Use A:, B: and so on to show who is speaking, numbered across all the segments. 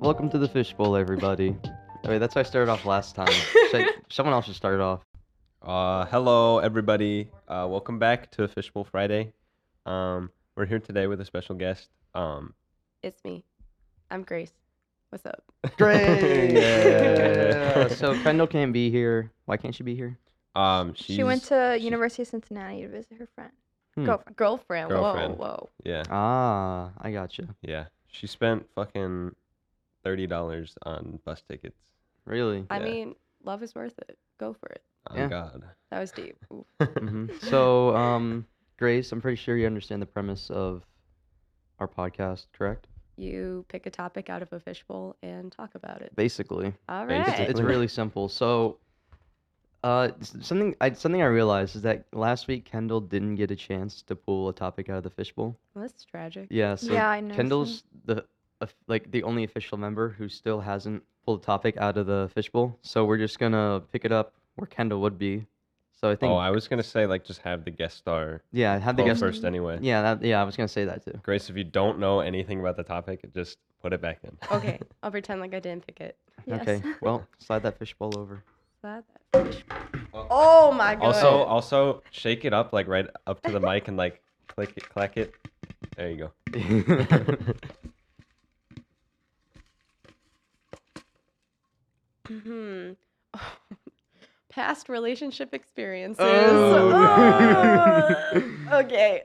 A: Welcome to the fishbowl, everybody. I mean, that's how I started off last time. Should- Someone else should start off.
B: Uh, hello, everybody. Uh, welcome back to Fishbowl Friday. Um, we're here today with a special guest. Um,
C: It's me. I'm Grace. What's up?
A: Great!
B: Yeah.
A: so Kendall can't be here. Why can't she be here?
B: um, she's,
D: She went to
B: she-
D: University of Cincinnati to visit her friend.
A: Hmm.
D: Girlfriend.
C: Girlfriend.
B: Girlfriend.
C: Whoa, whoa.
B: Yeah,
A: Ah, I gotcha.
B: yeah. She spent fucking thirty dollars on bus tickets.
A: Really?
C: I
B: Yeah.
C: mean, love is worth it. Go for it.
B: Oh
A: Yeah.
B: God.
C: That was deep. Ooh.
A: hmm So, um, Grace, I'm pretty sure you understand the premise of our podcast, correct?
C: You pick a topic out of a fishbowl and talk about it.
A: Basically.
C: All
B: Thank
A: It's,
B: you.
C: right.
A: it's really simple. So, uh, s- something I something I realized is that last week Kendall didn't get a chance to pull a topic out of the fishbowl.
C: Well, that's tragic.
A: Yeah. So
D: yeah, I know.
A: Kendall's the of- like the only official member who still hasn't pulled a topic out of the fishbowl. So we're just gonna pick it up where Kendall would be. So I think
B: oh, I was gonna Oh, say like just have the guest star
A: yeah, have the
B: call
A: guest.
B: first anyway.
A: Yeah, that, yeah, I was gonna say that too.
B: Grace, if you don't know anything about the topic, just put it back in.
C: Okay. I'll pretend like I didn't pick it.
A: Okay, well, slide that fishbowl over.
C: That- that fishbowl. Oh my god.
B: Also, also shake it up like right up to the mic and like click it, clack it. There you go.
C: Mhm. Past relationship experiences.
A: Oh,
C: Oh, okay.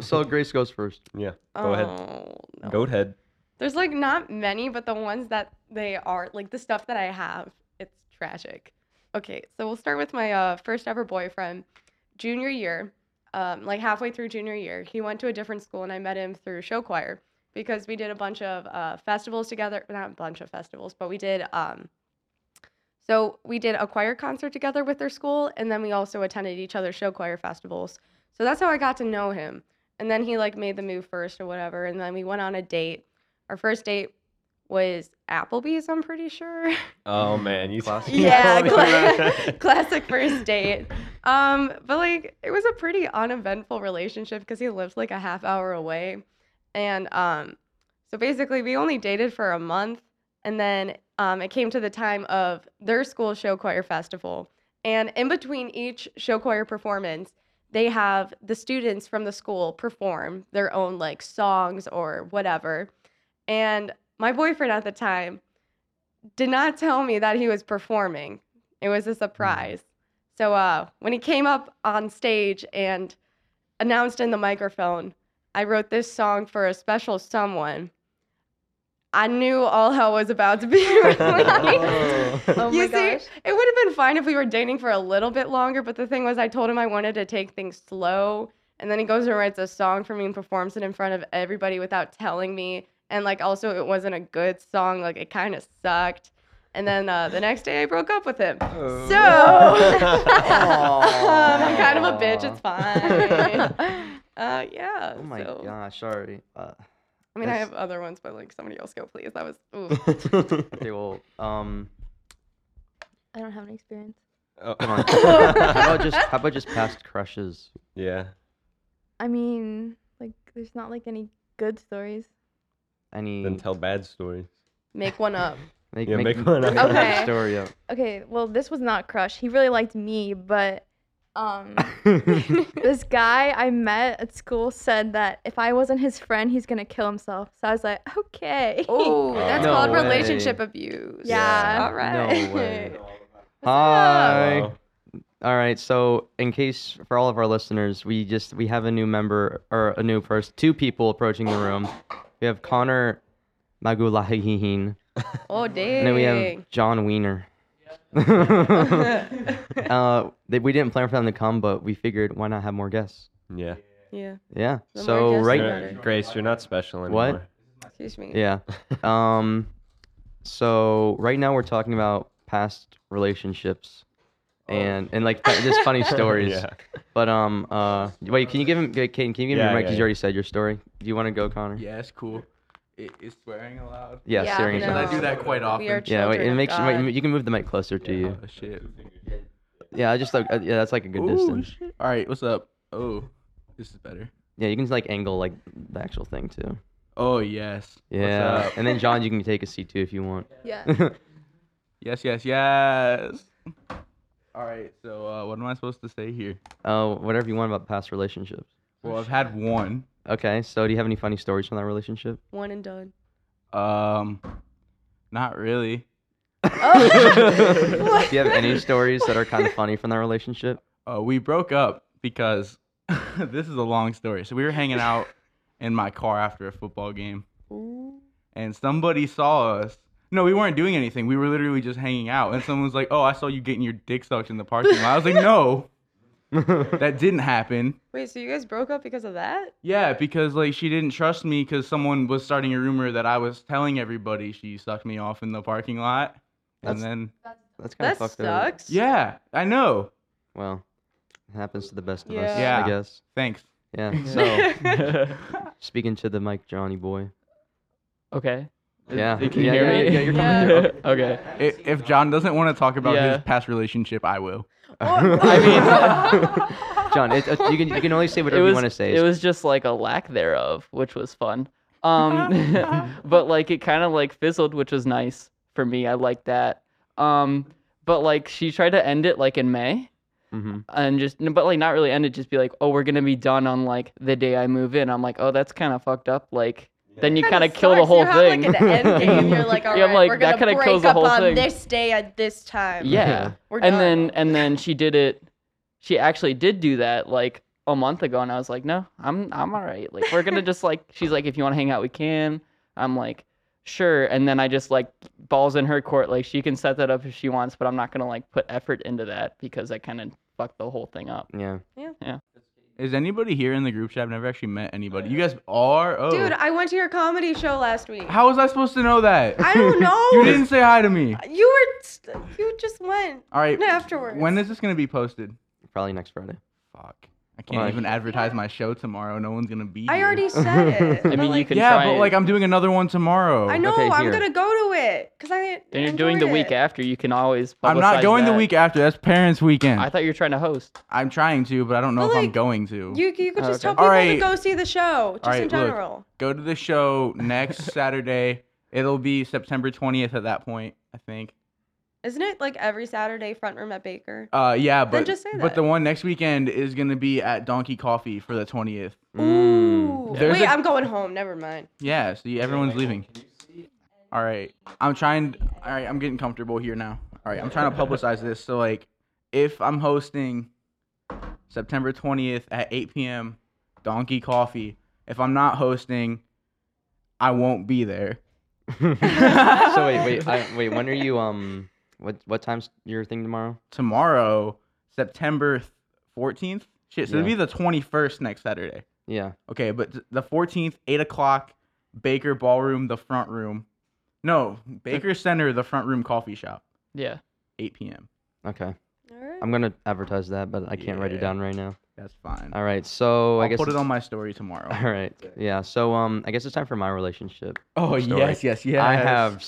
A: so Grace goes first.
B: Yeah. Go ahead.
C: Oh, no.
B: Goat head.
C: There's like not many, but the ones that they are, like the stuff that I have, it's tragic. Okay, so we'll start with my uh, first ever boyfriend. Junior year, um, like halfway through junior year, he went to a different school and I met him through show choir because we did a bunch of uh, festivals together. Not a bunch of festivals, but we did. Um, so we did a choir concert together with their school, and then we also attended each other's show choir festivals. So that's how I got to know him. And then he like made the move first or whatever, and then we went on a date our first date was Applebee's, I'm pretty sure.
B: Oh man, you
A: Classic.
B: you
C: yeah,
B: told me
C: cla-
B: about that.
C: classic first date. Um, but like it was a pretty uneventful relationship because he lived like a half hour away, and um, so basically we only dated for a month, and then um, it came to the time of their school show choir festival, and in between each show choir performance. They have the students from the school perform their own like songs or whatever. And my boyfriend at the time did not tell me that he was performing. It was a surprise. So uh, when he came up on stage and announced in the microphone, I wrote this song for a special someone. I knew all hell was about to be. realized.
B: Oh.
D: Oh
C: you
D: my
C: see,
D: gosh.
C: it would have been fine if we were dating for a little bit longer, but the thing was, I told him I wanted to take things slow. And then he goes and writes a song for me and performs it in front of everybody without telling me. And like, also, it wasn't a good song. Like, it kind of sucked. And then uh, the next day, I broke up with him.
A: Oh.
C: So, um, I'm kind of a bitch. It's fine. uh, yeah.
A: Oh my
C: so-
A: gosh, sorry. Uh,
C: I mean, I
A: that's-
C: have other ones, but like, somebody else go, please. That was. Ooh.
A: okay, well, um,
D: I don't have any experience.
B: Oh.
A: come on. how about just how about just past crushes?
B: yeah.
D: I mean, like, there's not like any good stories.
A: Any
B: Then tell bad stories.
C: Make one up.
A: make,
B: Yeah, make one up.
D: Okay.
A: story up.
D: Okay, well, this was not crush. He really liked me, but um, this guy I met at school said that if I wasn't his friend, he's gonna kill himself. So I was like, okay.
C: Oh,
B: Uh,
C: that's
B: No
C: called
B: way.
C: relationship abuse.
D: Yeah.
C: All right.
A: No way. Hi.
C: Hi.
A: All right. So, in case for all of our listeners, we just we have a new member or a new person, two people approaching the room. We have Connor Magulahihin,
C: Oh,
A: and
C: dang.
A: then we have John Wiener. uh, they, we didn't plan for them to come, but we figured why not have more guests?
B: Yeah.
C: yeah.
A: Yeah.
C: The more
A: so
C: guests,
A: right,
C: the
B: You're-
C: better.
B: Grace, you're not special
A: What?
B: anymore.
C: Excuse me.
A: Yeah. Um so right now we're talking about past relationships and and like fu- just funny stories.
B: yeah.
A: But um uh wait, can you give him can, can you give him
B: Yeah,
A: your mic
B: yeah,
A: 'cause
B: yeah.
A: you already said your story. Do you want to go, Connor?
E: Yeah, it's cool. It, is swearing allowed?
A: Yeah,
C: Yeah,
A: staring
C: no.
A: at
E: Because
A: each
E: I
A: other.
E: do that quite often.
C: We are
A: Yeah, wait,
C: Children
A: it
C: of
A: makes wait,
C: God.
A: you can move the mic closer to you.
E: Oh, shit.
A: Yeah, I just like uh, yeah, that's like a good
E: Ooh,
A: distance.
E: shit. All right, what's up? Oh, this is better.
A: Yeah, you can like angle like the actual thing too.
E: Oh yes. What's
A: Yeah.
E: up?
A: And then John, you can take a seat too if you want.
D: Yeah.
E: Yes, yes, yes. All right. So uh, what am I supposed to say here?
A: Oh, whatever you want about past relationships.
C: Oh,
E: Well, I've had one.
A: Okay, so do you have any funny stories from that relationship?
C: One and done.
E: Um, not really.
C: Oh.
A: do you have any stories that are kind of funny from that relationship?
E: Uh, we broke up because this is a long story. So we were hanging out in my car after a football game, and somebody saw us. No, we weren't doing anything. We were literally just hanging out, and someone was like, "Oh, I saw you getting your dick sucked in the parking lot." I was like, "No, that didn't happen."
C: Wait, so you guys broke up because of that?
E: Yeah, because like she didn't trust me because someone was starting a rumor that I was telling everybody she sucked me off in the parking lot, and
A: That's-
E: then
A: That's kind
C: That
A: of fucked up.
C: sucks.
E: yeah, I know.
A: Well, it happens to the best of us,
C: Yeah.
E: Yeah.
A: I guess.
E: Thanks.
A: Yeah. So
C: So-
A: speaking to the mic, Johnny boy.
F: Okay. Is-
A: Yeah.
F: Can you
A: Yeah,
F: hear
C: yeah,
F: me?
C: yeah, you're
A: coming
C: Yeah.
A: through.
F: okay.
E: I- If John doesn't want to talk about
F: Yeah.
E: his past relationship, I will.
F: I
A: John, it, uh, you can you can only say whatever
F: it was,
A: you want to say.
F: It was just like a lack thereof, which was fun. Um, but like it kind of like fizzled, which was nice for me. I liked that. Um, but like she tried to end it like in May
A: hmm
F: and just, n- but like not really end it, just be like, oh, we're going to be done on like the day I move in. I'm like, oh, that's kind of fucked up. Like, then you
C: Kinda
F: kind of kill the
C: sucks.
F: whole
C: you
F: thing.
C: Have, like, an end game. You're like,
F: Yeah,
C: all
F: I'm
C: right,
F: like,
C: we're
F: that
C: gonna
F: kinda
C: break
F: kills the
C: up
F: whole
C: on
F: thing."
C: this day at this time.
F: yeah.
C: We're
F: and
C: done.
F: then and then she did it she actually did do that like a month ago and i was like no i'm i'm all right like we're gonna just like she's like if you want to hang out we can i'm like sure and then i just like balls in her court like she can set that up if she wants but i'm not gonna like put effort into that because i kind of fucked the whole thing up
A: Yeah.
E: Is anybody here in the group chat? I've never actually met anybody. You guys are? Oh.
C: dude, I went to your comedy show last week.
E: How was I supposed to know that?
C: I don't know.
E: you didn't say hi to me.
C: You were. st- You just went
E: All right.
C: afterwards.
E: When is this going to be posted?
A: Probably next Friday.
E: Fuck. I can't
A: Why?
E: even advertise my show tomorrow. No one's going to be
C: I
E: here.
C: already said it.
A: I
F: mean, you
C: like,
F: can-
E: Yeah,
F: try
E: but
F: it.
E: like I'm doing another one tomorrow.
C: I know.
A: Okay,
C: I'm
A: here.
C: gonna go to it because I.
F: then you're doing the
C: enjoyed
F: week
C: it.
F: after you can always
E: I'm not
F: publicize
E: going the
F: that.
E: week after. That's parents' weekend.
F: i thought you were trying to host
E: I'm trying to, but I don't know
C: But,
E: if I'm
C: like,
E: going to.
C: You, you could
F: Oh,
C: just
F: okay.
C: tell
F: All
C: people to go
E: right.
C: see the show, just
E: right,
C: in
E: look.
C: general.
E: Go to the show next Saturday. It'll be September 20th at that point, I think.
C: Isn't it like every Saturday front room at Baker?
E: Uh, yeah, but
C: just say
E: but
C: that.
E: the one next weekend is gonna be at Donkey Coffee for the 20th.
A: Mm.
C: Ooh.
E: There's
C: Wait,
E: a-
C: I'm going home. Never mind.
E: Yeah, so you, everyone's leaving. All right, I'm trying. All right, I'm getting comfortable here now. All right, I'm trying to publicize this. So like, if I'm hosting September 20th at 8 p.m. Donkey Coffee, if I'm not hosting, I won't be there.
A: so wait, wait, I, wait. When are you um? What what time's your thing tomorrow?
E: Tomorrow, September 14th. Shit, so it'll be
A: Yeah.
E: the 21st next Saturday.
A: Yeah.
E: Okay, but th- the 14th, 8 o'clock, Baker Ballroom, the front room. No, Baker Center, the front room coffee shop,
F: yeah
E: 8 p.m.
A: Okay.
C: All right.
A: I'm gonna advertise that, but I can't write it
E: Yeah.
A: down right now.
E: That's fine.
A: All right. So I
E: I'll
A: guess
E: put it
A: it's-
E: on my story tomorrow.
A: All right. Yeah. So um, I guess it's time for my relationship.
E: Oh,
A: Story.
E: yes, yes.
A: I have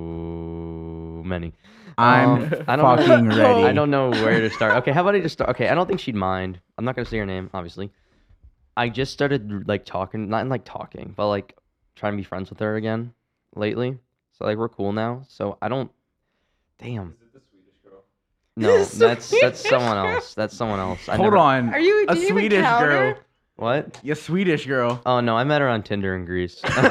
A: so many.
E: I'm
A: Um, I don't know-
E: fucking ready.
A: I don't know where to start. Okay, how about I just start? Okay, I don't think she'd mind. I'm not gonna say her name, obviously. I just started like talking, not like talking, but like trying to be friends with her again lately. So like we're cool now. So I don't. Damn. No,
C: The
A: that's that's someone
C: Swedish
A: else. That's someone else. I
E: Hold
A: never-
E: on.
C: Are you?
E: a
C: did you even
E: Swedish
C: count
E: girl.
C: her?
A: What?
E: You Swedish girl.
A: Oh no, I met her on Tinder in Greece.
E: Why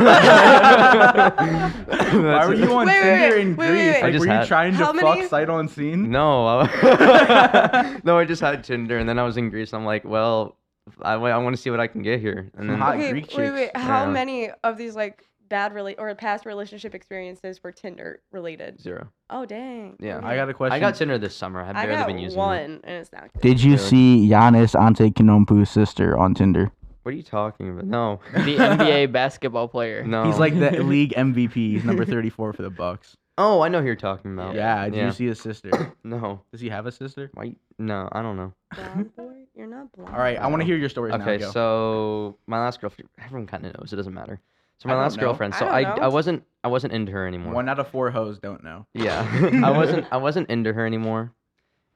E: were you on
C: Wait, wait,
E: Tinder
C: wait,
E: in
C: wait,
E: Greece?
C: wait,
E: Like,
A: I just
E: were
A: had-
E: you trying to
C: How
E: fuck
C: many-
E: sight on scene?
A: No, I, no, I just had Tinder, and then I was in Greece. I'm like, well, I, want to see what I can get here, and then
E: Hot
C: okay,
E: Greek
C: wait, wait.
E: chicks.
C: How
A: Yeah.
C: many of these like bad rela- or past relationship experiences were Tinder related?
A: zero.
C: Oh dang.
A: Yeah.
E: I got a question.
A: I got Tinder this summer. I've
C: I
A: barely
C: got
A: been using it.
C: one, and it's not.
E: Did you
A: Yeah.
E: see Giannis Antetokounmpo's sister on Tinder?
A: What are you talking about? No,
F: the nba basketball player
A: no.
E: He's like the league MVP. He's number 34 for the Bucks.
A: oh, I know who you're talking about.
E: Yeah, did
A: Yeah.
E: you see his sister?
A: No,
E: Does he have a sister?
A: why? No, I don't know.
C: blonde boy? You're not blonde.
E: All right, I want to hear your stories now.
A: Okay,
E: go.
A: so my last girlfriend. Everyone kind of knows. It doesn't matter. So my
E: I don't
A: last
E: know.
A: girlfriend.
C: I
A: So
C: don't
A: I,
C: know.
A: I wasn't I wasn't into her anymore.
E: one out of four hoes don't know.
A: Yeah, I wasn't I wasn't into her anymore,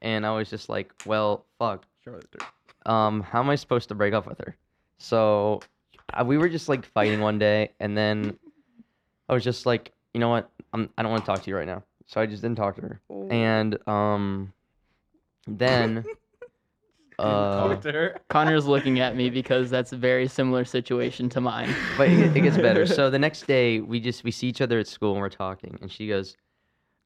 A: and I was just like, well, fuck.
E: Charlotte.
A: um, how am I supposed to break up with her? So uh, we were just like fighting one day, and then I was just like, you know what? I'm, I don't want to talk to you right now. So I just didn't talk to her.
C: Ooh.
A: And um, then uh,
F: Connor's looking at me because that's a very similar situation to mine.
A: but it, it gets better. So the next day, we just we see each other at school and we're talking, and she goes,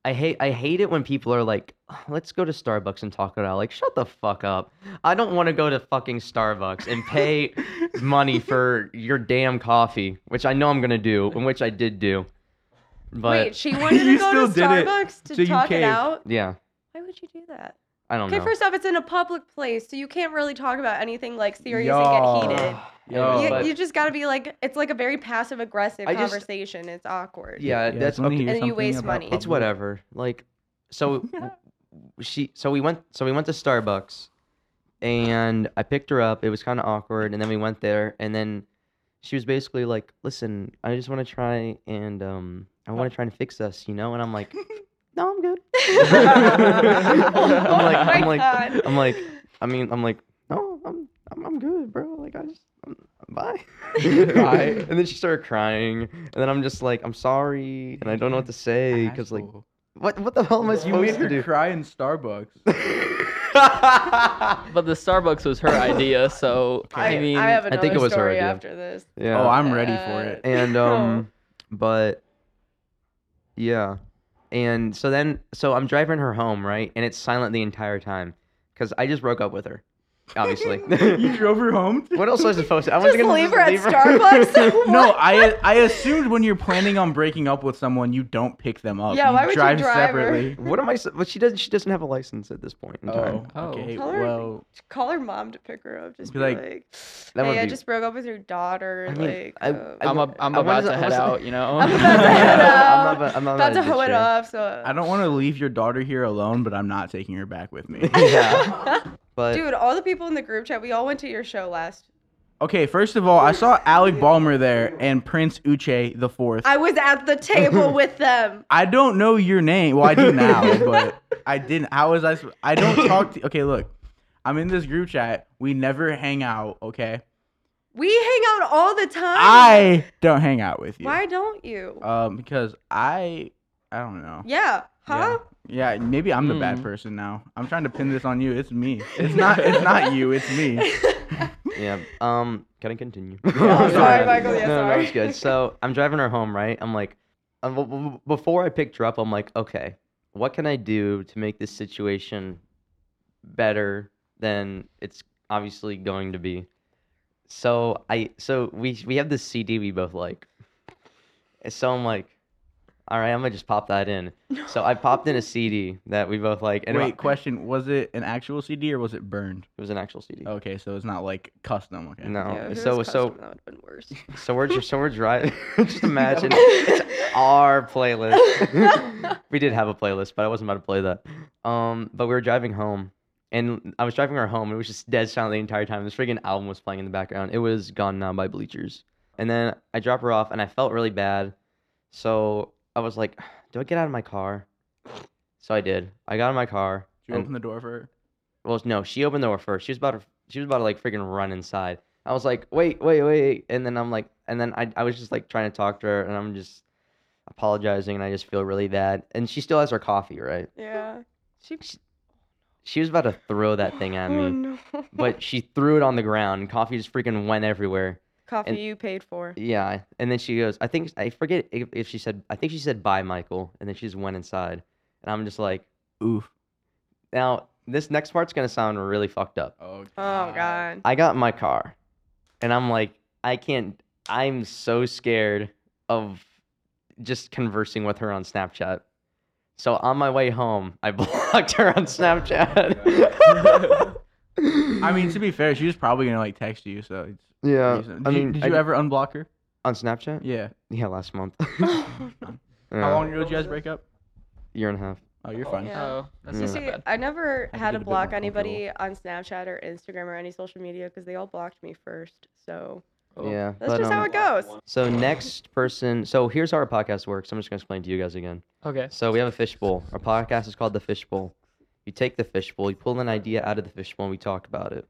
A: "I hate I hate it when people are like, "Oh, let's go to Starbucks and talk it out. Like, shut the fuck up. I don't want to go to fucking Starbucks and pay money for your damn coffee, which I know I'm gonna do, and which I did do. But
C: Wait, she wanted to
E: You
C: go to
E: still did it,
C: Starbucks to
E: so you
C: talk it
E: caved.
C: out.
A: yeah,
C: Why would you do that?
A: I don't
C: Okay,
A: know.
C: first off, it's in a public place, so you can't really talk about anything like serious and get heated.
A: Oh,
C: you,
A: but-
C: you just gotta be like, it's like a very passive aggressive
A: I just-
C: conversation. it's awkward.
A: yeah, that's okay.
C: And you waste money.
A: it's whatever. Like, so w- she, so we went, so we went to Starbucks, and I picked her up. It was kind of awkward, and then we went there, and then she was basically like, "Listen, I just want to try and um, I want to try and fix us, you know." And I'm like, "No, I'm good." I'm like,
C: Oh
A: I'm
C: my
A: like,
C: God.
A: I'm like, I mean, I'm like, no, I'm, I'm, I'm good, bro. Like, I just, I'm, bye. bye. And then she started crying, and then I'm just like, I'm sorry, and I don't know what to say because like, what, what the hell am I
E: you
A: supposed
E: made
A: to
E: her
A: do?
E: cry in Starbucks.
F: But the Starbucks was her idea, so I mean,
C: I have
A: I
C: another
A: think it was her
C: story
A: idea.
C: after this.
A: yeah.
E: Oh, I'm ready for
C: Uh,
E: it.
A: and
C: No.
A: um
C: Oh.
A: but yeah and so then so i'm driving her home right and it's silent the entire time because i just broke up with her obviously
E: you drove her home?
A: what else was I supposed to i was
C: Just
A: gonna
C: leave her at Starbucks.
E: no, I I assumed when you're planning on breaking up with someone, you don't pick them up.
C: Yeah, why would you
E: drive
C: drive her?
E: separately.
A: what am i su- but she doesn't she doesn't have a license at this point in time
E: Oh, okay.
C: Tell her-
E: Well,
C: Call her mom to pick her up. Just
E: Be
C: be,
E: like,
C: like,
A: that would
C: hey, I
A: be-
C: just broke up with your daughter.
A: I mean,
C: like,
A: I-
C: uh,
A: I-
F: I'm, a, I'm
A: I
F: about
A: wanted
F: to
A: to- I
F: head
A: was-
F: out, you know?
C: I'm about to head out.
A: I'm not, I'm not
C: about to
A: ditch
C: hoe it
A: her.
C: up. So
E: I don't want to leave your daughter here alone, but I'm not taking her back with me.
A: yeah but
C: Dude, all the people in the group chat, we all went to your show last.
E: okay, first of all, I saw Alec Balmer there and Prince Uche the fourth.
C: I was at the table with them.
E: I don't know your name. Well, I do now, but I didn't. How was I? sp- I don't talk to. Okay, look, I'm in this group chat. We never hang out. Okay,
C: We hang out all the time.
E: I don't hang out with you.
C: Why don't you?
A: Oh.
E: Um, because I, I don't know.
C: yeah. Huh?
E: Yeah, maybe I'm the bad
C: Hmm.
F: Mm.
E: person now. I'm trying to pin this on you. It's me. It's not. It's not you. It's me.
A: yeah um can i continue
C: Oh,
E: sorry,
C: Michael, yeah,
A: no, no,
C: sorry.
A: it's good so i'm driving her home right i'm like um, b- b- before i picked her up i'm like okay what can i do to make this situation better than it's obviously going to be so i so we we have this cd we both like And so i'm like all right i'm gonna just pop that in so i popped in a cd that we both like and
E: Wait,
A: it,
E: question: Was it an actual CD or was it burned?
A: it was an actual cd
E: Okay, so it's not like custom. Oh, Okay.
A: no
C: Yeah, if it
A: so
C: was
A: so
C: custom, that would have been worse.
A: So we're just so we're driving. just imagine it's our playlist. we did have a playlist, but I wasn't about to play that. Um, but we were driving home, and I was driving her home. And it was just dead silent the entire time. This friggin' album was playing in the background. It was "Gone Now" by Bleachers. And then I drop her off, and I felt really bad. So I was like, "Do I get out of my car?" So I did. I got in my car.
E: Did you
A: and-
E: open the door for her?
A: well, no, she opened the door first. She was about to, she was about to like freaking run inside. I was like, wait, wait, wait, and then I'm like, and then I, I was just like trying to talk to her, and I'm just apologizing, and I just feel really bad. And she still has her coffee, right?
C: Yeah. She,
A: She was about to throw that thing at me,
C: oh, no.
A: but she threw it on the ground, and coffee just freaking went everywhere.
C: Coffee
A: and-
C: you paid for.
A: Yeah, and then she goes, I think I forget if, if she said, I think she said bye, Michael, and then she just went inside, and I'm just like,
E: Oof.
A: now this next part's gonna sound really fucked up.
E: Oh God.
C: Oh, God.
A: I got in my car and I'm like, I can't, I'm so scared of just conversing with her on Snapchat. So on my way home, I blocked her on Snapchat.
E: I mean, to be fair, she was probably gonna like text you. So it's
A: yeah.
E: reason-
A: I
E: did, you-
A: mean,
E: did
A: I-
E: you ever unblock her?
A: on Snapchat? Yeah,
E: Yeah.
A: last month.
E: How
A: Yeah,
E: long ago did you guys break up?
A: Year and a half.
E: Oh, you're fine.
C: Yeah.
F: Oh, that's
A: Yeah.
F: not
C: You
F: that
C: see,
F: bad.
C: I never
E: I
C: had
E: did
C: to
E: a bit
C: block
E: more
C: anybody on Snapchat or Instagram or any social media because they all blocked me first. So
E: Oh,
F: Cool.
A: Yeah.
C: that's
A: but,
C: just
A: um,
C: how it goes.
A: so next person, so here's how our podcast works. I'm just gonna explain to you guys again.
F: Okay.
A: So we have a fishbowl. Our podcast is called The Fishbowl. You take the fishbowl, you pull an idea out of the fishbowl, and we talk about it.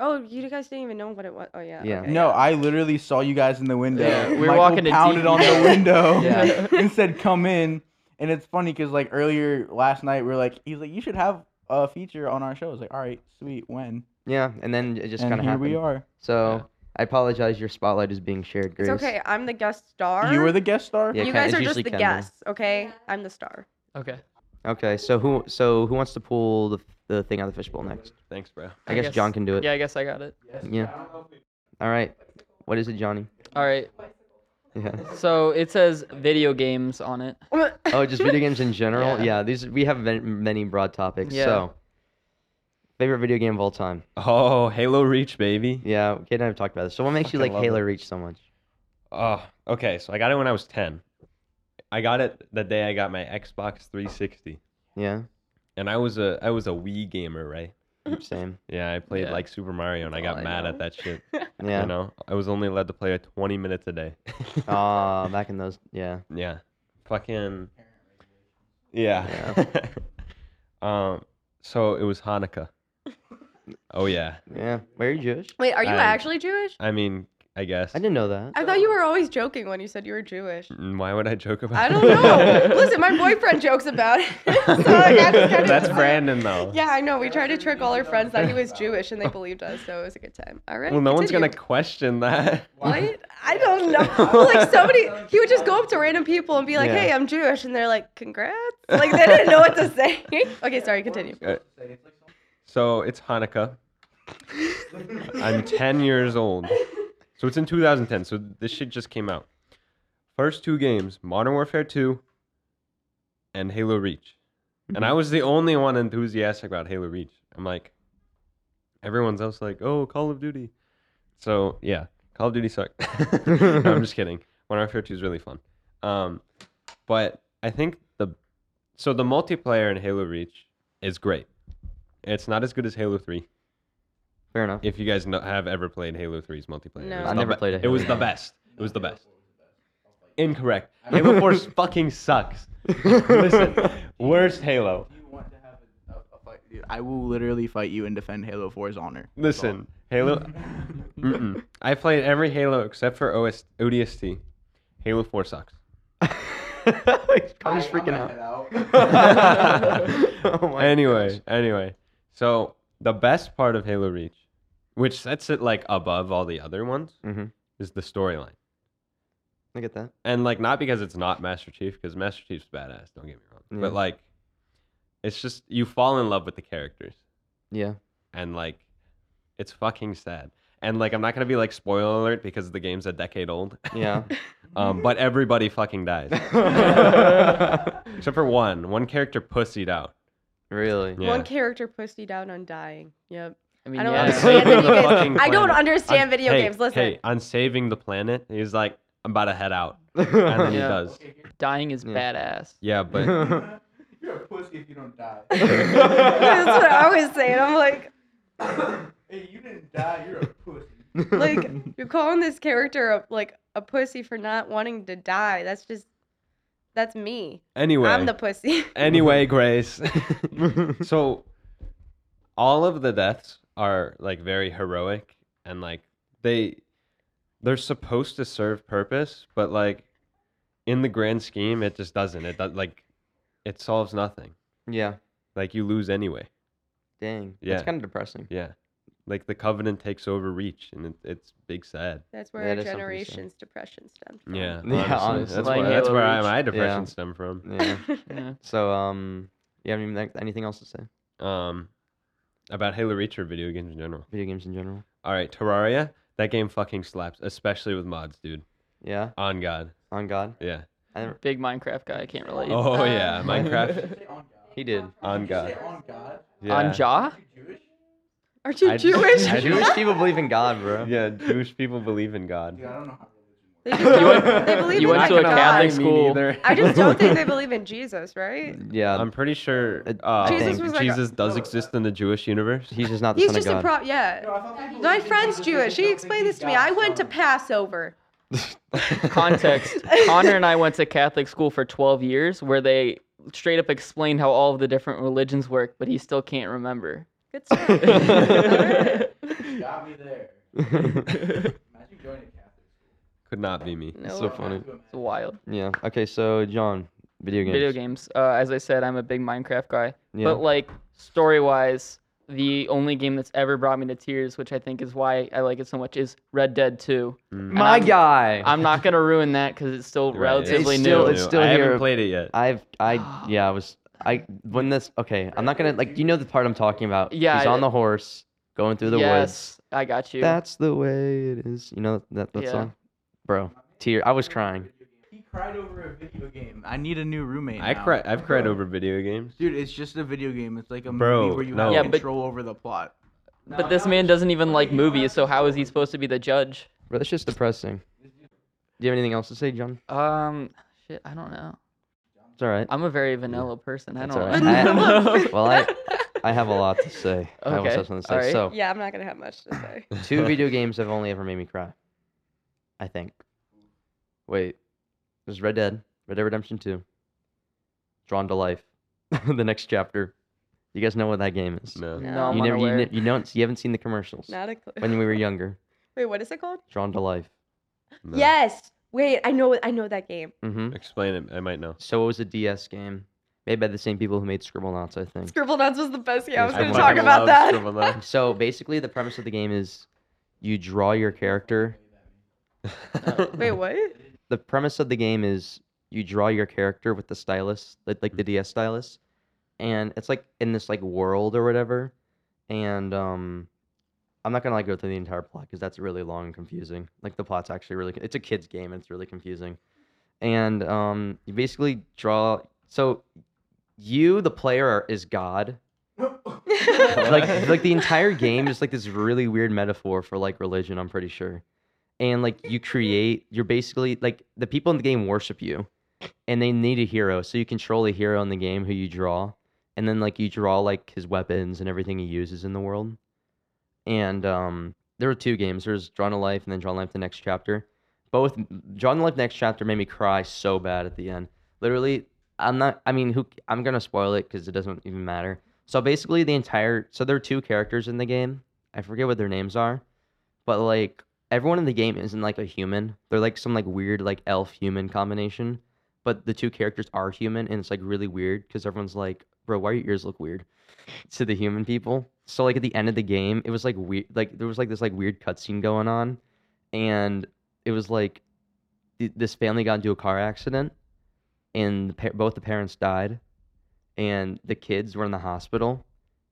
C: Oh, you guys didn't even know what it was. Oh yeah.
A: Yeah.
C: okay,
E: No, I literally saw you guys in the window.
F: Yeah, we were
E: Michael
F: walking to
E: pounded
F: DP.
E: on the window
A: Yeah.
E: and said, "Come in." And it's funny because like earlier last night, we were like, "He's like, you should have a feature on our show." I was like, "All right, sweet. When?"
A: Yeah, and then it just
E: and
A: kind of
E: here
A: happened.
E: we are.
A: So
F: Yeah.
A: I apologize. Your spotlight is being shared, Grace.
C: It's okay. I'm the guest star.
E: You were the guest star.
A: Yeah,
C: you
A: Ken-
C: guys
A: it's
C: are just
A: usually
C: the
A: Kendall.
C: guests, okay?
D: Yeah.
C: I'm the star.
F: Okay.
A: Okay. So who so who wants to pull the, the thing out of the fishbowl next?
B: Thanks, bro.
A: I, guess, John can do it.
F: Yeah, I guess I got it.
A: Yeah. All right. What is it, Johnny?
F: All right.
A: Yeah.
F: So it says video games on it.
A: Oh, just video games in general.
F: Yeah.
A: Yeah. these we have ven- many broad topics.
F: Yeah.
A: So favorite video game of all time.
B: Oh, Halo Reach, baby.
A: Yeah. Kate and I have talked about this. So what makes you like
B: Fucking love
A: Halo
B: it.
A: Reach so much?
B: Oh, okay. So I got it when I was 10. I got it the day I got my Xbox 360.
A: Yeah.
B: And I was a I was a Wii gamer, right?
A: Same.
B: Yeah, I played
F: Yeah.
B: like Super Mario and I
A: Oh,
B: got
A: I
B: mad
A: know.
B: at that shit. You
A: Yeah.
B: know? I was only allowed to play 20 minutes a day. Oh.
A: Ah, back in those. Yeah.
B: Yeah. Fucking Yeah. um so it was Hanukkah. Oh yeah.
A: Yeah. Were you Jewish?
C: Wait, are you
B: I'm-
C: actually Jewish?
B: I mean, I guess.
A: I didn't know that.
C: I thought you were always joking when you said you were Jewish.
B: Mm, Why would I joke about
C: I don't know. Listen, my boyfriend jokes about it. so like, I just kinda
B: That's
C: just-
B: Brandon though.
C: Yeah, I know. We tried to trick all our friends that he was Jewish, and they believed us, so it was a good time. All right.
B: Well, no one's gonna
C: continue.
B: question that.
C: What? I don't know. like somebody, he would just go up to random people and be like,
A: Yeah.
C: "Hey, I'm Jewish," and they're like, "Congrats!" Like they didn't know what to say. okay, sorry. Continue.
B: So it's Hanukkah. I'm 10 years old. So it's in 2010. So this shit just came out. First two games Modern Warfare 2 and Halo Reach. And I was the only one enthusiastic about Halo Reach. I'm like, everyone's else like, oh, Call of Duty. So yeah, Call of Duty sucked. No, I'm just kidding. Modern Warfare 2 is really fun. Um, but I think the so the multiplayer in Halo Reach is great. It's not as good as Halo 3.
A: Fair enough.
B: If you guys know, have ever played Halo 3's multiplayer,
C: No.
B: it was
A: I've
B: the
A: never
B: be-
A: played a
B: It
A: Halo
B: was the
A: game.
B: best. It was the best. Incorrect. Halo 4 fucking sucks. Listen, worst Halo.
E: I will literally fight you and defend Halo 4's honor.
B: Listen, Halo. Mm-mm. I played every Halo except for OS- ODST. Halo 4 sucks.
A: I'm just freaking out. oh my
B: anyway, anyway. So, the best part of Halo Reach, which sets it like above all the other ones,
A: Mhm.
B: is the storyline.
A: I get that.
B: and like not because it's not Master Chief, because Master Chief's badass. Don't get me wrong,
A: Yeah.
B: but like, it's just you fall in love with the characters,
A: Yeah.
B: and like, it's fucking sad. And like, I'm not gonna be like spoiler alert because the game's a decade old.
A: Yeah.
B: um, but everybody fucking dies except for one. One character pussied out.
A: really?
B: Yeah.
C: One character pussy down on dying. Yep.
F: I mean,
C: I don't
F: yeah.
C: understand that you
B: The
C: guys.
B: fucking
C: I don't
B: planet.
C: understand
B: On-
C: video
B: hey,
C: games. Listen.
B: Hey, on saving the planet, he's like, I'm about to head out, and then he
F: Yeah.
B: does.
F: Dying is
A: Yeah.
F: badass.
B: Yeah, but
E: You're a pussy if you don't die.
C: That's what I was saying. I'm like,
E: hey, you didn't die. You're a pussy.
C: like you're calling this character a, like a pussy for not wanting to die. That's just, that's me.
B: anyway,
C: I'm the pussy.
B: Anyway, Grace. so all of the deaths are like very heroic and like they they're supposed to serve purpose, but like in the grand scheme it just doesn't. It does, like it solves nothing.
A: yeah.
B: Like you lose anyway.
A: Dang.
B: Yeah.
A: That's kind of depressing.
B: Yeah. Like the covenant takes over reach and it, it's big sad.
C: That's where
A: That
C: our
A: is something to say.
C: generation's depression stemmed from.
B: Yeah.
A: Yeah, honestly.
B: That's
F: Like
B: where, that's
F: Halo
B: where I,
F: Reach.
B: my depression
A: Yeah.
B: stem from.
A: Yeah.
F: Yeah.
A: So um, you have any, anything else to say?
B: Um about Halo Reach or video games in general.
A: Video games in general.
B: All right, Terraria. That game fucking slaps, especially with mods, dude.
A: Yeah.
B: On God.
A: On God.
B: Yeah.
A: I never,
F: Big Minecraft guy. I can't relate.
B: Oh
C: uh,
B: yeah, Minecraft.
A: he did.
B: on God. Yeah.
F: On Jaw?
C: Aren't you
B: I-
C: Jewish?
B: I-
A: Jewish people believe in God, bro.
B: Yeah, Jewish people believe in God.
C: They, do.
F: You went-
C: they believe
F: you
C: in like
F: went to a
C: God.
F: Catholic school.
C: I just don't think they believe in Jesus, right?
A: Yeah.
B: I'm pretty sure
A: It-
B: uh,
A: Jesus
B: Jesus,
C: was like a-
B: does exist in the Jewish universe.
A: He's just not the
C: He's
A: son
C: just
A: of
C: a
A: God.
C: prop. Yeah. My friend's Jewish. He explained this to me. I went to Passover.
F: Context Connor and I went to Catholic school for 12 years where they straight up explained how all of the different religions work, but he still can't remember.
C: Good stuff. All right.
E: Got me there. Imagine going to Catholic school.
B: Could not be me.
A: so funny.
F: It's wild.
A: Yeah. Okay, so John, video games.
F: Video games. Uh, as I said, I'm a big Minecraft guy.
A: Yeah.
F: But like story wise, the only game that's ever brought me to tears, which I think is why I like it so much, is Red Dead 2.
B: Mm.
A: My
F: I'm-
A: guy.
F: I'm not gonna ruin that because it's still
B: Right,
F: relatively
A: It's
F: new.
A: still- it's
B: new.
A: still
B: I
A: here.
B: haven't played it yet.
A: I've I yeah, I was I when this okay, I'm not gonna like you know the part I'm talking about.
F: Yeah,
A: He's
F: I-
A: on the horse going through the woods.
F: yes, I got you.
A: That's the way it is. You know that that
F: Yeah.
A: song? Bro, tear I was crying.
E: He cried over a video game. I need a new roommate.
B: I
E: now.
B: cry. I've cried over video games.
E: Dude, it's just a video game. It's like a
B: Bro,
E: movie where you
B: no.
E: have
F: Yeah, but-
E: control over the plot.
F: but this man doesn't even like movies, so how is he supposed to be the judge?
A: Bro, that's just depressing. Do you have anything else to say, John?
F: Um, shit, I don't know.
A: It's all right.
F: I'm a very vanilla person. I
A: That's
F: don't
A: all right.
F: know.
A: Well, I I have a lot to say. I always
F: Okay,
A: have something to say.
F: all right.
A: So,
C: Yeah, I'm not gonna have much to say.
A: two video games have only ever made me cry. I think. Wait. There's Red Dead, Red Dead Redemption 2, Drawn to Life, the next chapter. You guys know what that game is.
B: No.
F: No, I'm
A: you never, you,
F: unaware.
A: ne- you don't, you haven't seen the commercials
C: Not a clue.
A: when we were younger.
C: Wait, what is it called?
A: Drawn to Life.
B: no.
C: Yes. Wait, I know. I know that game.
F: Mm-hmm.
A: hmm
B: Explain it. I might know.
A: So it was a DS game made by the same people who made Scribble Knots, I think.
C: Scribble Nuts was the best. Yeah, I
A: Yes,
C: was
A: Mm. I fucking
C: gonna talk about
B: love
C: that.
B: Scribble Knots.
A: So basically, the premise of the game is you draw your character.
C: Wait, what?
A: The premise of the game is you draw your character with the stylus, like, like the DS stylus, and it's like in this like world or whatever. And um, I'm not gonna like go through the entire plot because that's really long and confusing. Like the plot's actually really it's a kids game and it's really confusing. And um, you basically draw. So you, the player, are- is God. like like the entire game is like this really weird metaphor for like religion i'm pretty sure and like you create you're basically like the people in the game worship you and they need a hero so you control a hero in the game who you draw and then like you draw like his weapons and everything he uses in the world and um there were two games there's drawn to life and then drawn to life the next chapter both drawn to life next chapter made me cry so bad at the end literally i'm not i mean who i'm gonna spoil it because it doesn't even matter so basically, the entire so there are two characters in the game. I forget what their names are, but like everyone in the game isn't like a human. They're like some like weird like elf human combination. But the two characters are human, and it's like really weird because everyone's like, "Bro, why your ears look weird?" to the human people. So like at the end of the game, it was like weird. Like there was like this like weird cutscene going on, and it was like th- this family got into a car accident, and the pa- both the parents died and the kids were in the hospital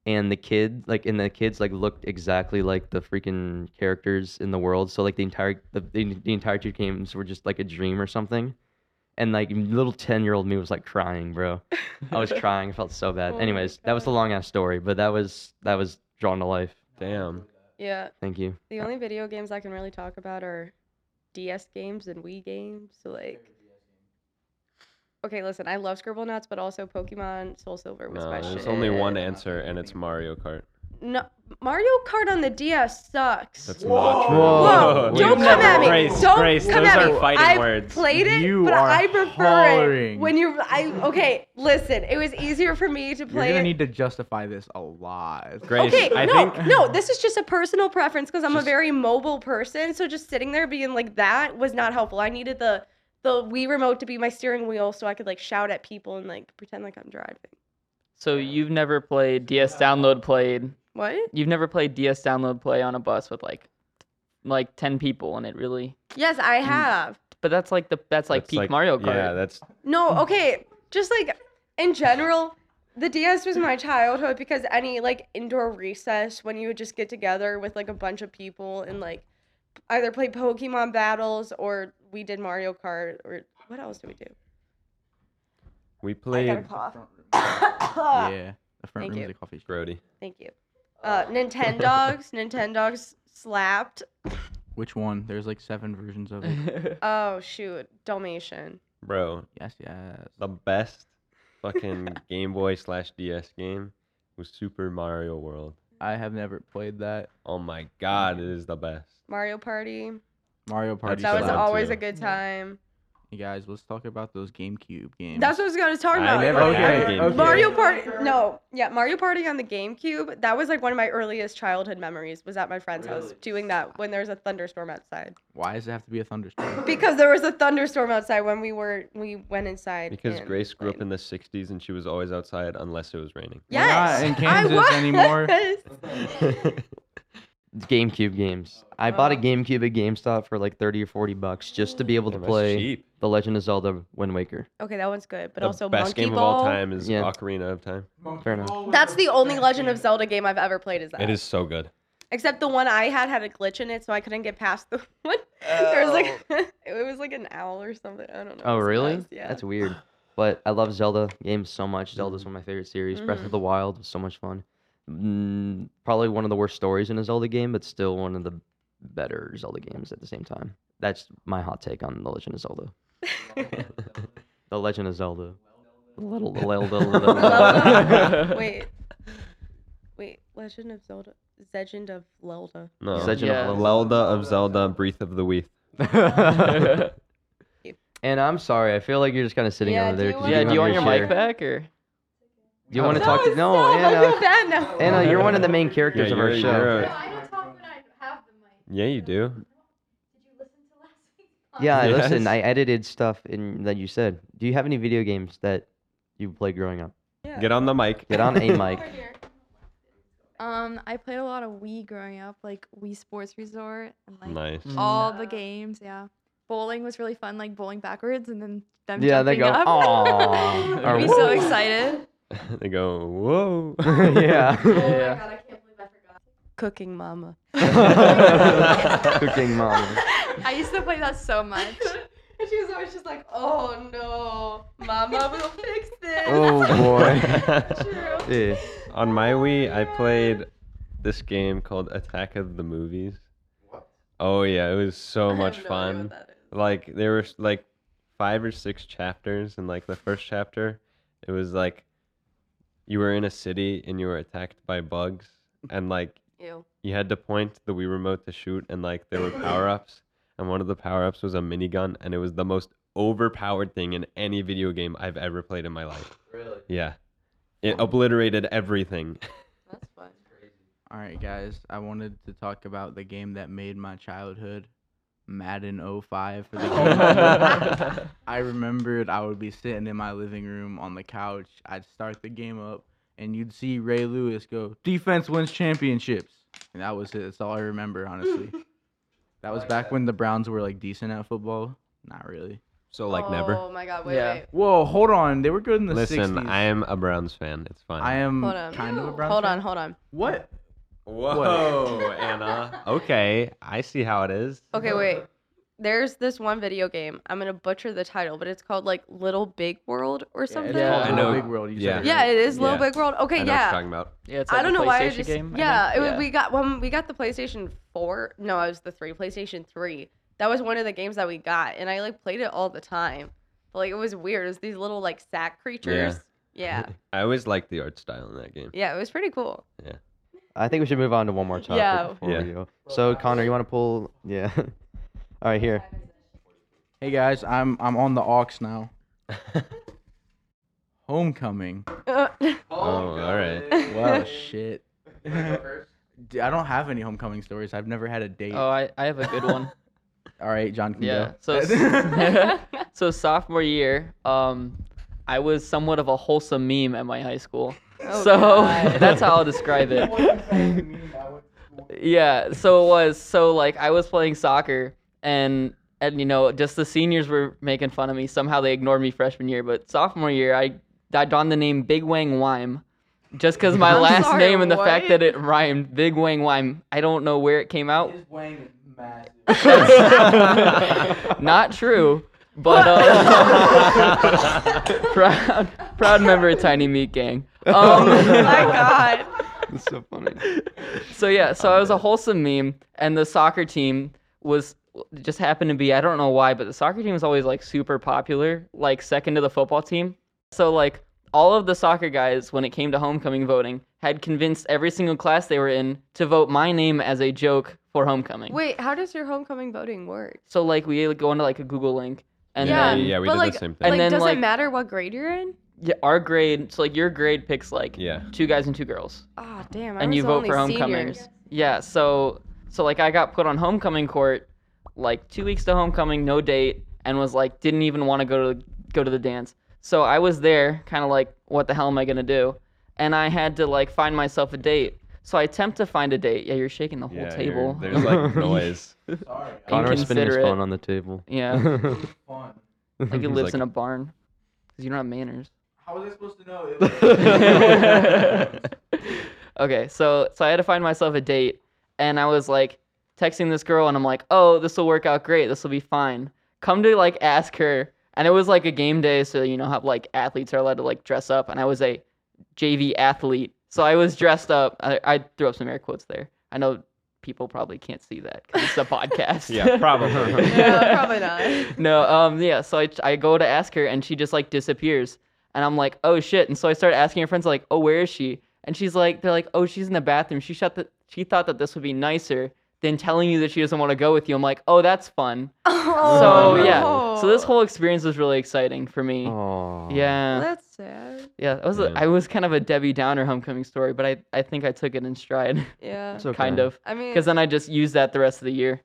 A: and the kid like and the kids like looked exactly like the freaking characters in the world so like the entire the, the, the entire two games were just like a dream or something and like little 10 year old me was like crying bro i was crying i felt so bad
C: Oh my
A: anyways that was the
C: God.
A: long ass story but that was that was drawn to life
B: Damn.
C: yeah.
A: thank you
C: The only video games I can really talk about are DS games and Wii games. So like, okay, listen, I love Scribble Nuts, but also Pokemon Soul Silver was
B: No,
C: my shit.
B: there's only one answer, and it's Mario Kart.
C: No, Mario Kart on the DS sucks.
B: That's
E: Whoa.
B: not true.
A: Whoa,
C: Whoa! Don't
E: We've
C: come at
E: never-
C: me!
B: Grace,
C: don't
B: Grace,
C: come
B: those
C: at me!
B: are fighting
C: I've
B: words.
C: played it,
E: You
C: but
E: are
C: I prefer it
E: hollering.
C: when you're. I okay. Listen, it was easier for me to
E: You're
C: play
E: gonna
C: it.
E: need to justify this a lot.
B: Grace,
C: okay,
B: I
C: no,
B: think
C: no, this is just a personal preference because I'm a
B: Just-
C: very mobile person. So just sitting there being like that was not helpful. I needed the the Wii remote to be my steering wheel so I could like shout at people and like pretend like I'm driving.
F: so you've never played DS download played.
C: What?
F: You've never played DS download play on a bus with like like 10 people and it really
C: Yes, I
B: Mm.
C: have.
F: But that's like the that's like
B: that's
F: peak Mario Kart.
B: Yeah, that's
C: No,
B: Mm.
C: okay. Just like in general, the DS was my childhood because any like indoor recess when you would just get together with like a bunch of people and like either play Pokemon battles or we did Mario Kart or what else did we do?
B: we
C: I got
B: played
C: a cough.
E: yeah, the front
C: Thank
E: room
C: you.
E: is a coffee shop.
B: Grody.
C: Thank you. Uh, Nintendogs. Nintendogs slapped.
E: Which one? There's like seven versions of it.
C: Oh shoot, Dalmatian.
B: Bro,
E: yes, yes.
B: the best fucking Game Boy slash DS game was Super Mario World.
E: I have never played that.
B: Oh my god, it is the best.
C: Mario Party.
E: Mario Party.
C: That was
B: Slap
E: slaps.
C: always
B: too.
C: a good time.
E: Hey guys, let's talk about those GameCube games.
C: That's what I was going to talk
B: I
C: about.
B: never
E: Okay,
B: had a
E: okay.
B: GameCube.
C: Mario Party. No, yeah, Mario Party on the GameCube. That was like one of my earliest childhood memories. Was at my friend's house
A: Really?
C: doing that when there was a thunderstorm outside.
E: Why does it have to be a thunderstorm?
C: Because there was a thunderstorm outside when we were we went inside.
B: Because
C: and
B: Grace grew up
C: played.
B: in the 60s and she was always outside unless it was raining.
E: We're not
C: Yes,
E: in
C: I
E: Kansas
C: was.
E: anymore.
A: GameCube games. I bought a
C: Oh.
A: GameCube at GameStop for like 30 or 40 bucks just to be able to
B: Damn, that's
A: play
B: cheap.
A: The Legend of Zelda Wind Waker.
C: Okay, that one's good, but
B: the
C: also
B: best
C: Monkey
B: game
C: Ball.
B: of all time is
A: Yeah.
B: Ocarina of Time.
A: Fair enough.
C: That's the only Legend of Zelda game I've ever played. Is that?
B: It is so good.
C: Except the one I had had a glitch in it, so I couldn't get past the one. there was like it was like an owl or something. I don't know.
A: Oh,
C: what it
A: really?
C: was, Yeah.
A: That's weird. But I love Zelda games so much. Zelda's one of my favorite series. Breath
C: Mhm.
A: of the Wild was so much fun. Mm, probably one of the worst stories in a Zelda game, but still one of the better Zelda games at the same time. That's my hot take on The Legend of Zelda. the Legend of Zelda. Little, little, little, little, little.
C: Zelda. wait, wait. Legend of Zelda. Legend of Zelda.
B: No.
A: Legend
F: of Yeah. Zelda.
B: Zelda of Zelda, Breath of the Weath.
A: and I'm sorry. I feel like you're just kind of sitting
C: Yeah,
A: over
C: do
A: there.
C: you Oh,
A: 'cause
C: want-
F: yeah, do you want your
A: have
F: mic
A: chair.
F: back or?
A: Do you want to
C: That
A: talk to
C: was
A: no,
C: so much
A: Anna?
C: of that now.
A: Anna, you're one of the main characters
B: Yeah,
A: of our
B: you're-
A: show.
B: you're a-
D: I don't talk when I have the mic.
B: Yeah, you do.
D: Did you listen to last week's
A: Yeah, I
B: Yes.
A: listen, I edited stuff in that you said. Do you have any video games that you played growing up?
C: Yeah.
B: Get on the mic.
A: Get on a mic.
D: Um, I played a lot of Wii growing up, like Wii Sports Resort and like
B: Nice.
C: Mm.
F: Mm.
C: Oh.
D: all the games. Yeah, bowling was really fun, like bowling backwards and then them
A: Yeah, they
D: jumping
A: go,
D: up.
A: "Aw,"
F: or
D: I'd be so
F: "Whoa."
D: excited.
B: they go, whoa.
A: yeah.
F: Yeah.
D: God, I can't believe I forgot.
C: Cooking Mama.
A: Cooking mom.
D: I used to play that so much.
C: And she was always just like, "Oh no, Mama will fix this."
A: Oh boy.
C: True.
A: Yeah.
B: on my Wii, I played this game called Attack of the Movies. Oh yeah, it was so much fun. like there were like five or six chapters and like the first chapter it was like you were in a city and you were attacked by bugs and like
C: Ew.
B: you had to point the Wii remote to shoot and like there were power-ups and one of the power-ups was a minigun and it was the most overpowered thing in any video game I've ever played in my life. Really? Yeah. It obliterated everything.
C: That's fun.
E: All right, guys. I wanted to talk about the game that made my childhood, Madden 05 for the GameCube. I remembered I would be sitting in my living room on the couch. I'd start the game up, and you'd see Ray Lewis go, "Defense wins championships," and that was it. That's all I remember, honestly. That was back when the Browns were like decent at football. Not really.
B: so like never.
C: Oh my God! Wait,
F: Yeah.
C: wait.
E: Whoa, hold on. They were good in the
B: Listen,
E: 60s.
B: I am a Browns fan. It's fine.
E: I am
C: Hold on.
E: kind of a Browns
C: Hold
E: fan.
C: on, hold on.
E: What?
B: Whoa, Anna. Okay, I see how it is.
C: Okay, wait. There's this one video game. I'm gonna butcher the title, but it's called like Little Big World or something.
F: Yeah.
E: Yeah,
B: I
E: I
B: know.
E: Big World. You said
B: Yeah.
E: it
C: Yeah,
E: right.
C: it is Little
B: Yeah.
C: Big World. Okay,
B: I know what you're
C: yeah.
B: talking about.
F: Yeah, it's like
C: I don't
F: a
C: know why I
F: PlayStation
C: just
F: game. I
C: yeah,
F: think.
C: it, was we got when we got the PlayStation Four. No, it was the three PlayStation Three. That was one of the games that we got, and I like played it all the time. But like it was weird. It was these little like sack creatures. Yeah,
B: I always liked the art style in that game.
C: yeah, it was pretty cool.
A: I think we should move on to one more topic
C: Yeah.
A: before
B: Yeah.
A: we go. So Connor, you want to pull? Yeah. All right, here.
E: Hey guys, I'm I'm on the aux now. Homecoming.
C: Uh,
B: Oh, all right.
C: Oh,
E: Wow, shit. Dude, I don't have any homecoming stories. I've never had a date.
F: Oh, I, I have a good one.
E: All right, John can
F: Yeah.
E: go.
F: So s- so sophomore year, um, I was somewhat of a wholesome meme at my high school.
C: Oh,
F: so
C: God.
F: that's how I'll describe it. yeah. So it was so like I was playing soccer and and you know just the seniors were making fun of me. Somehow they ignored me freshman year, but sophomore year I I donned the name Big Wang Wime. Just because my
C: I'm
F: last
C: sorry,
F: name and the fact
C: what?
F: that it rhymed, Big Wang Wime, I don't know where it came out. Not true, but uh, proud, proud member of Tiny Meat Gang.
C: oh my
F: Um,
C: god.
A: That's so funny.
F: so yeah, so I was a wholesome meme, and the soccer team was just happened to be I don't know why, but the soccer team was always like super popular, like second to the football team. So like all of the soccer guys, when it came to homecoming voting, had convinced every single class they were in to vote my name as a joke for homecoming.
C: Wait, how does your homecoming voting work?
F: So like we go into like a Google link and
B: yeah,
F: then
B: yeah, we
C: but
B: did
C: like-
B: the same thing.
F: and
C: like,
F: then,
C: does
F: like-
C: it matter what grade you're in?
F: yeah, our grade. So like your grade picks like
B: yeah,
F: two guys and two girls,
C: Oh, damn. I
F: and you
C: was the
F: vote
C: only
F: for
C: senior.
F: homecomings. Yeah, so so like I got put on homecoming court, like two weeks to homecoming, no date, and was like didn't even want to go to go to the dance. So I was there, kind of like, what the hell am I gonna do? And I had to like find myself a date. So I attempt to find a date. Yeah, you're shaking the whole
B: yeah, you're-
F: table.
B: There's like noise.
E: Sorry.
A: Connor was spinning his
F: Inconsiderate.
A: phone on the table.
F: Yeah,
E: Fun.
F: like he
B: He's
F: lives
B: like-
F: in a barn. Cause you don't have manners.
E: How was I supposed to know?
F: okay, so so I had to find myself a date, and I was like texting this girl, and I'm like, oh, this will work out great. This will be fine. Come to like ask her, and it was like a game day, so you know how like athletes are allowed to like dress up, and I was a JV athlete, so I was dressed up. I, I threw up some air quotes there. I know people probably can't see that 'cause it's a podcast.
B: Yeah, probably.
C: Yeah, probably not.
F: no, um, yeah. So I, I go to ask her, and she just like disappears, and I'm like, oh shit. And so I start asking her friends, like, oh, where is she? And she's like, they're like, oh, she's in the bathroom. She shot the, she thought that this would be nicer than telling you that she doesn't want to go with you. I'm like, oh, that's fun.
C: Oh,
F: so yeah.
C: no.
F: So this whole experience was really exciting for me.
A: Oh.
F: Yeah,
C: That's sad.
F: yeah. It was a,
B: Yeah.
F: I was kind of a Debbie Downer homecoming story, but I I think I took it in stride,
C: Yeah.
A: It's okay.
F: kind of,
C: I mean,
F: because then I just used that the rest of the year.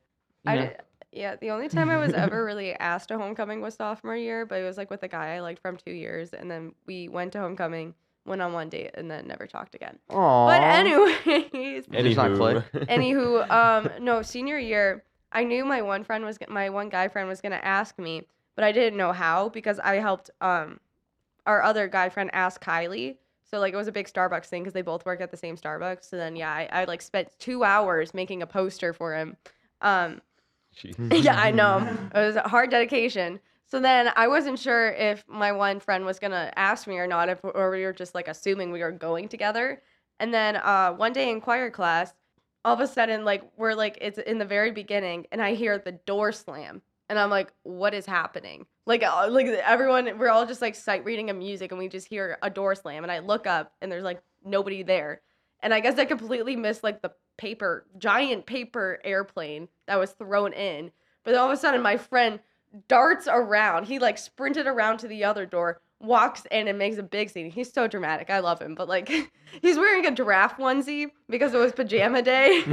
C: I
F: uh, Yeah.
C: d- yeah, the only time I was ever really asked to homecoming was sophomore year, but it was like with a guy I liked from two years, and then we went to homecoming, went on one date, and then never talked again. But anyways,
A: Just not
B: Anywho.
C: anywho, um, no, senior year, I knew my one friend was g- my one guy friend was gonna ask me, but I didn't know how because I helped um, our other guy friend ask Kylie. So like it was a big Starbucks thing because they both work at the same Starbucks. So then yeah, I, I like spent two hours making a poster for him. Um,
B: Jeez.
C: yeah, I know. It was a hard dedication. So then I wasn't sure if my one friend was gonna ask me or not, if, or we were just like assuming we were going together. And then uh, one day in choir class, all of a sudden, like we're like it's in the very beginning, and I hear the door slam, and I'm like, what is happening? Like, uh, like everyone, we're all just like sight reading a music, and we just hear a door slam, and I look up, and there's like nobody there, and I guess I completely missed like the paper, giant paper airplane that was thrown in. But then all of a sudden, my friend darts around. He like sprinted around to the other door, walks in, and makes a big scene. He's so dramatic. I love him. But like, he's wearing a giraffe onesie because it was pajama day.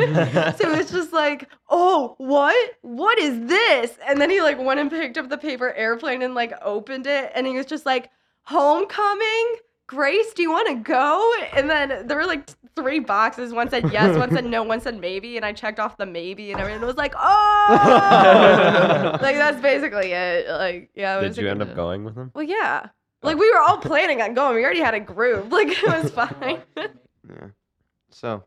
C: so it's just like, oh, what? What is this? And then he like went and picked up the paper airplane and like opened it, and he was just like, homecoming. Grace, do you want to go? And then there were like three boxes. One said yes, one said no, one said maybe. And I checked off the maybe, and everyone was like, oh! like, that's basically it. Like, yeah. It was
B: Did you
C: like-
B: end up going with them?
C: Well, yeah. Like, we were all planning on going. We already had a group. Like, it was fine.
A: Yeah. So,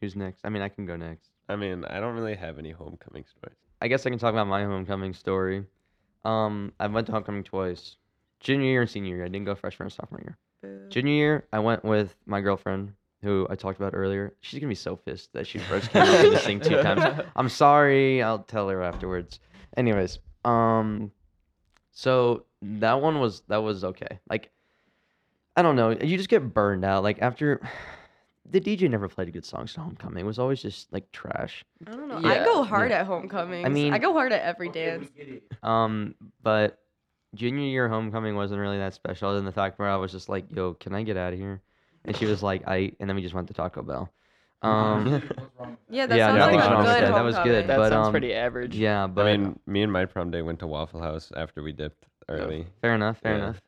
A: who's next? I mean, I can go next.
B: I mean, I don't really have any homecoming stories.
A: I guess I can talk about my homecoming story. Um, I went to homecoming twice, junior year and senior year. I didn't go freshman or sophomore year. Junior year, I went with my girlfriend, who I talked about earlier. She's gonna be so pissed that she first came up with this thing two times. I'm sorry. I'll tell her afterwards. Anyways, um, so that one was that was okay. Like, I don't know. You just get burned out. Like after, the DJ never played good songs at homecoming. It was always just like trash.
C: I don't know. I
F: Yeah,
C: go hard at homecomings. I
A: mean-
C: I go hard at every dance.
A: Um, but junior year homecoming wasn't really that special. Other than the fact where I was just like, "Yo, can I get out of here?" And she was like, "I," and then we just went to Taco Bell. Um,
C: Yeah, that
A: Yeah,
C: sounds
B: nothing's
C: like a
B: wrong with
C: good
B: that.
A: That was good,
C: homecoming.
F: That
A: But,
F: sounds
A: um,
F: pretty average.
A: yeah, but
B: I mean, me and my prom day went to Waffle House after we dipped early.
A: fair enough, fair
B: yeah.
A: enough.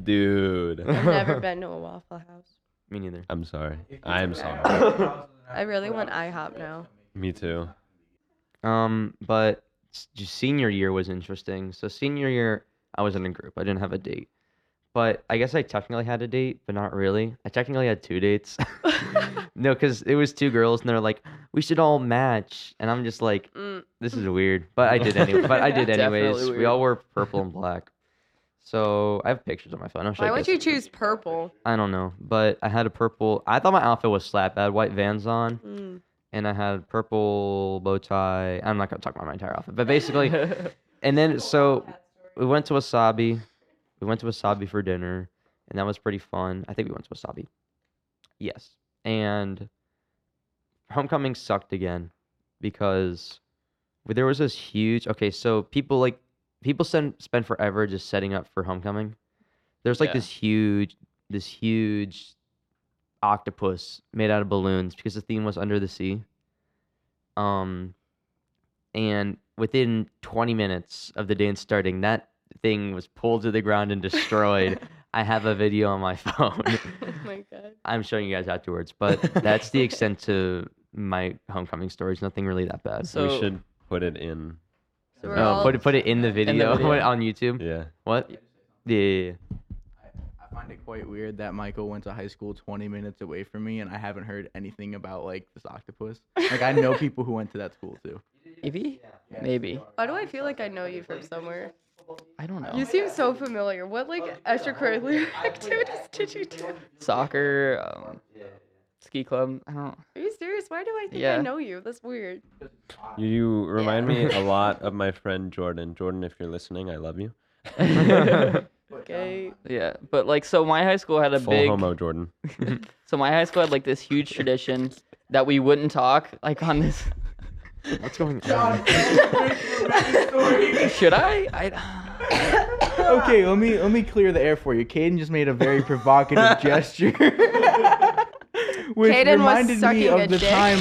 B: Dude,
C: I've never been to a Waffle House.
A: Me neither.
B: I'm sorry. I'm sorry.
C: I really want IHOP now.
B: Me too.
A: Um, but s- j- senior year was interesting. So senior year, I was in a group. I didn't have a date, but I guess I technically had a date, but not really. I technically had two dates. no, because it was two girls, and they're like, "We should all match," and I'm just like,
C: Mm.
A: this is weird, but I did anyway. But I did
F: Definitely
A: anyways. We
F: weird.
A: all wore purple and black. So I have pictures on my phone. I'll show
C: Why
A: you
C: would
A: guys.
C: you choose purple?
A: I don't know, but I had a purple. I thought my outfit was slap. I had white Vans on,
C: Mm.
A: and I had purple bow tie. I'm not gonna talk about my entire outfit, but basically, and then so we went to Wasabi. We went to Wasabi for dinner, and that was pretty fun. I think we went to Wasabi. Yes, and homecoming sucked again because Well, There was this huge. Okay, so people like people spend spend forever just setting up for homecoming. There's like
F: Yeah.
A: this huge, this huge octopus made out of balloons because the theme was under the sea. Um, and within 20 minutes of the dance starting, that thing was pulled to the ground and destroyed. I have a video on my phone.
C: oh my god.
A: I'm showing you guys afterwards, but that's the extent to my homecoming stories. Nothing really that bad.
F: So-
B: we should put it in.
C: So we're
A: No,
C: all-
A: put it put it in the video,
F: video.
A: what, on YouTube.
B: Yeah.
A: What? Yeah, yeah,
E: I find it quite weird that Michael went to high school 20 minutes away from me, and I haven't heard anything about like this octopus. Like I know people who went to that school too.
F: Maybe? Maybe.
C: Why do I feel like I know you from somewhere?
F: I don't know.
C: You seem so familiar. What like extracurricular activities did you do?
F: Soccer, um, ski club. I don't.
C: Are you serious? Why do I think I
F: Yeah.
C: know you? That's weird.
B: You, you remind me a lot of my friend Jordan. Jordan, if you're listening, I love you.
A: yeah.
C: Okay.
F: Yeah, but like, so my high school had a
B: Full
F: big.
B: homo, Jordan.
F: So my high school had like this huge tradition that we wouldn't talk like on this.
A: What's going on?
F: Should I? I
E: Okay, let me let me clear the air for you. Caden just made a very provocative gesture. Which
C: Caden was
E: reminded me
C: sucking
E: of
C: a
E: the
C: dick.
E: time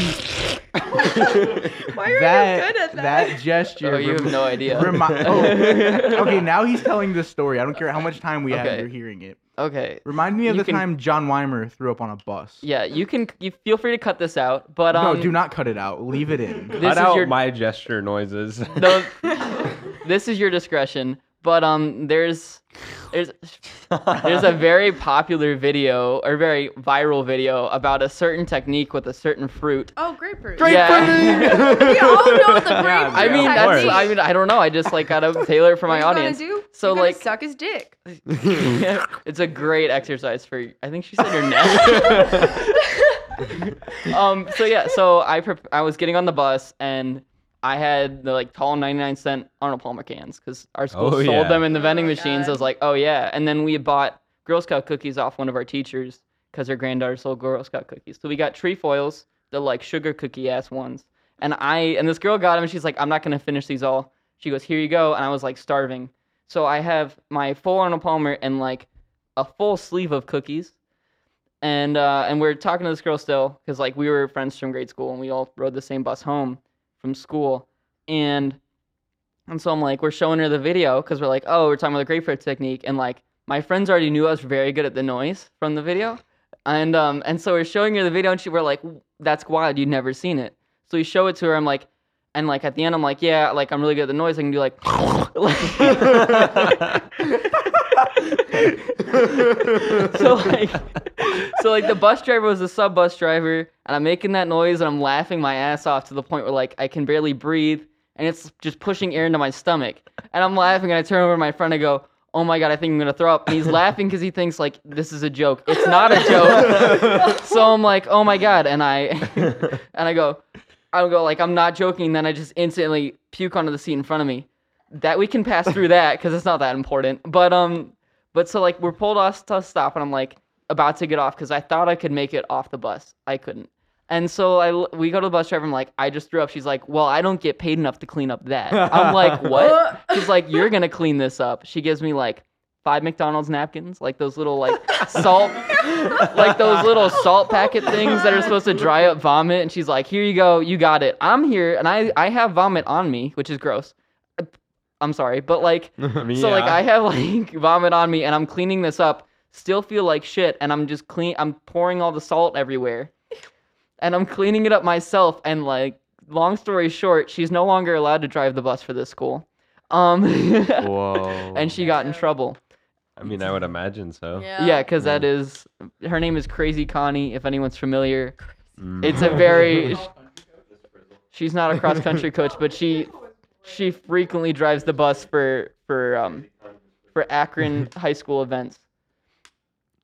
C: Why are you
E: that
C: good at that?
E: that gesture.
F: oh, you have
E: remi-
F: no idea.
E: remi- oh, okay, now he's telling this story. I don't care how much time we have.
F: Okay.
E: You're hearing it.
F: okay.
E: Remind me of
F: You
E: the
F: can-
E: time John Weimer threw up on a bus.
F: Yeah, you can. You feel free to cut this out, but
E: no,
F: um.
E: do not cut it out. Leave it in.
F: This
B: Cut
F: is
B: out
F: your-
B: my gesture noises.
F: No, this is your discretion. But um, there's there's there's a very popular video or very viral video about a certain technique with a certain fruit.
C: Oh, grapefruit.
F: yeah.
C: we all know the grapefruit.
B: Yeah,
F: I mean,
B: of
F: that's
B: course.
F: I mean, I don't know. I just like gotta tailor it for my audience.
C: Gonna do?
F: So,
C: You're gonna
F: like-
C: suck his dick.
F: it's a great exercise for I think she said her neck. um so yeah, so I prep I was getting on the bus and I had the like tall 99 cent Arnold Palmer cans cuz our school
B: Oh,
F: sold
B: yeah.
F: them in the vending
C: my
F: machines. I was like, "Oh yeah." And then we bought Girl Scout cookies off one of our teachers cuz her granddaughter sold Girl Scout cookies. So we got trefoils, the like sugar cookie ass ones. And I and this girl got them and she's like, "I'm not going to finish these all." She goes, "Here you go." And I was like starving. So I have my full Arnold Palmer and like a full sleeve of cookies. And uh, and we're talking to this girl still because like we were friends from grade school and we all rode the same bus home from school. And and so I'm like, we're showing her the video because we're like, oh, we're talking about the grapefruit technique. And like my friends already knew I was very good at the noise from the video. And um and so we're showing her the video and she we're like, that's wild, you'd never seen it. So we show it to her. I'm like, and like at the end, I'm like, yeah, like I'm really good at the noise. I can do like, so like so like the bus driver was a sub bus driver and i'm making that noise and i'm laughing my ass off to the point where like i can barely breathe and it's just pushing air into my stomach and i'm laughing and i turn over to my friend and go oh my god i think i'm gonna throw up and he's laughing because he thinks like this is a joke it's not a joke so i'm like oh my god and i and i go i'll go like i'm not joking then i just instantly puke onto the seat in front of me that we can pass through that because it's not that important but um but so like we're pulled off to a stop, and I'm like about to get off because I thought I could make it off the bus. I couldn't. And so I l- we go to the bus driver. I'm like, I just threw up. She's like, Well, I don't get paid enough to clean up that. I'm like, What? She's like, You're gonna clean this up. She gives me like five McDonald's napkins, like those little like salt, like those little salt packet things that are supposed to dry up vomit. And she's like, Here you go. You got it. I'm here, and I I have vomit on me, which is gross. I'm sorry, but like so like I have like vomit on me and I'm cleaning this up, still feel like shit, and I'm just clean I'm pouring all the salt everywhere. And I'm cleaning it up myself and like long story short, she's no longer allowed to drive the bus for this school. Um
A: Whoa.
F: and she got in
C: Yeah.
F: trouble.
B: I mean, I would imagine so.
F: Yeah, cuz that is her name is Crazy Connie if anyone's familiar.
B: Mm.
F: It's a very She's not a cross country coach, but she she frequently drives the bus for for um for Akron high school events.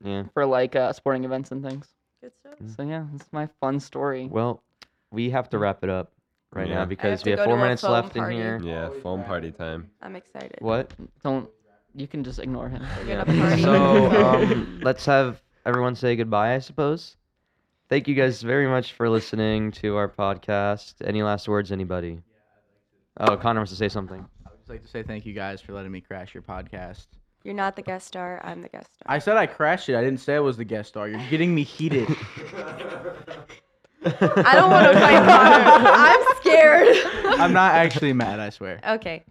A: Yeah.
F: for like uh, sporting events and things.
C: Good stuff.
F: So yeah, that's my fun story.
A: Well, we have to wrap it up right
B: Yeah. I
A: now
B: have
A: because
C: to
A: we have
C: go to
A: four
C: a
A: minutes
C: foam
A: left
C: party.
A: in here.
B: yeah, foam party time.
C: I'm excited.
A: What?
F: Don't you can just ignore him.
C: We're gonna
A: Yeah.
C: party.
A: So um, let's have everyone say goodbye, I suppose. Thank you guys very much for listening to our podcast. Any last words, anybody? Oh, Connor wants to say something.
E: I would just like to say thank you guys for letting me crash your podcast.
C: You're not the guest star. I'm the guest star.
E: I said I crashed it. I didn't say I was the guest star. You're getting me heated.
C: I don't want to fight Connor. I'm scared.
E: I'm not actually mad. I swear.
C: okay.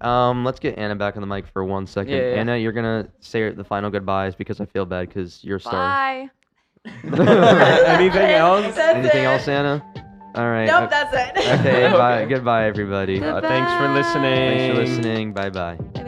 A: Um, let's get Anna back on the mic for one second.
F: Yeah, yeah, yeah.
A: Anna, you're gonna say the final goodbyes because I feel bad because you're sorry.
D: Bye.
B: Anything else?
D: That's
A: Anything
D: it.
A: else, Anna? All right.
D: Nope,
A: okay.
D: that's it.
A: Okay, bye. Goodbye, everybody.
B: Uh, thanks for listening.
A: Thanks for listening. Bye bye.
C: Bye.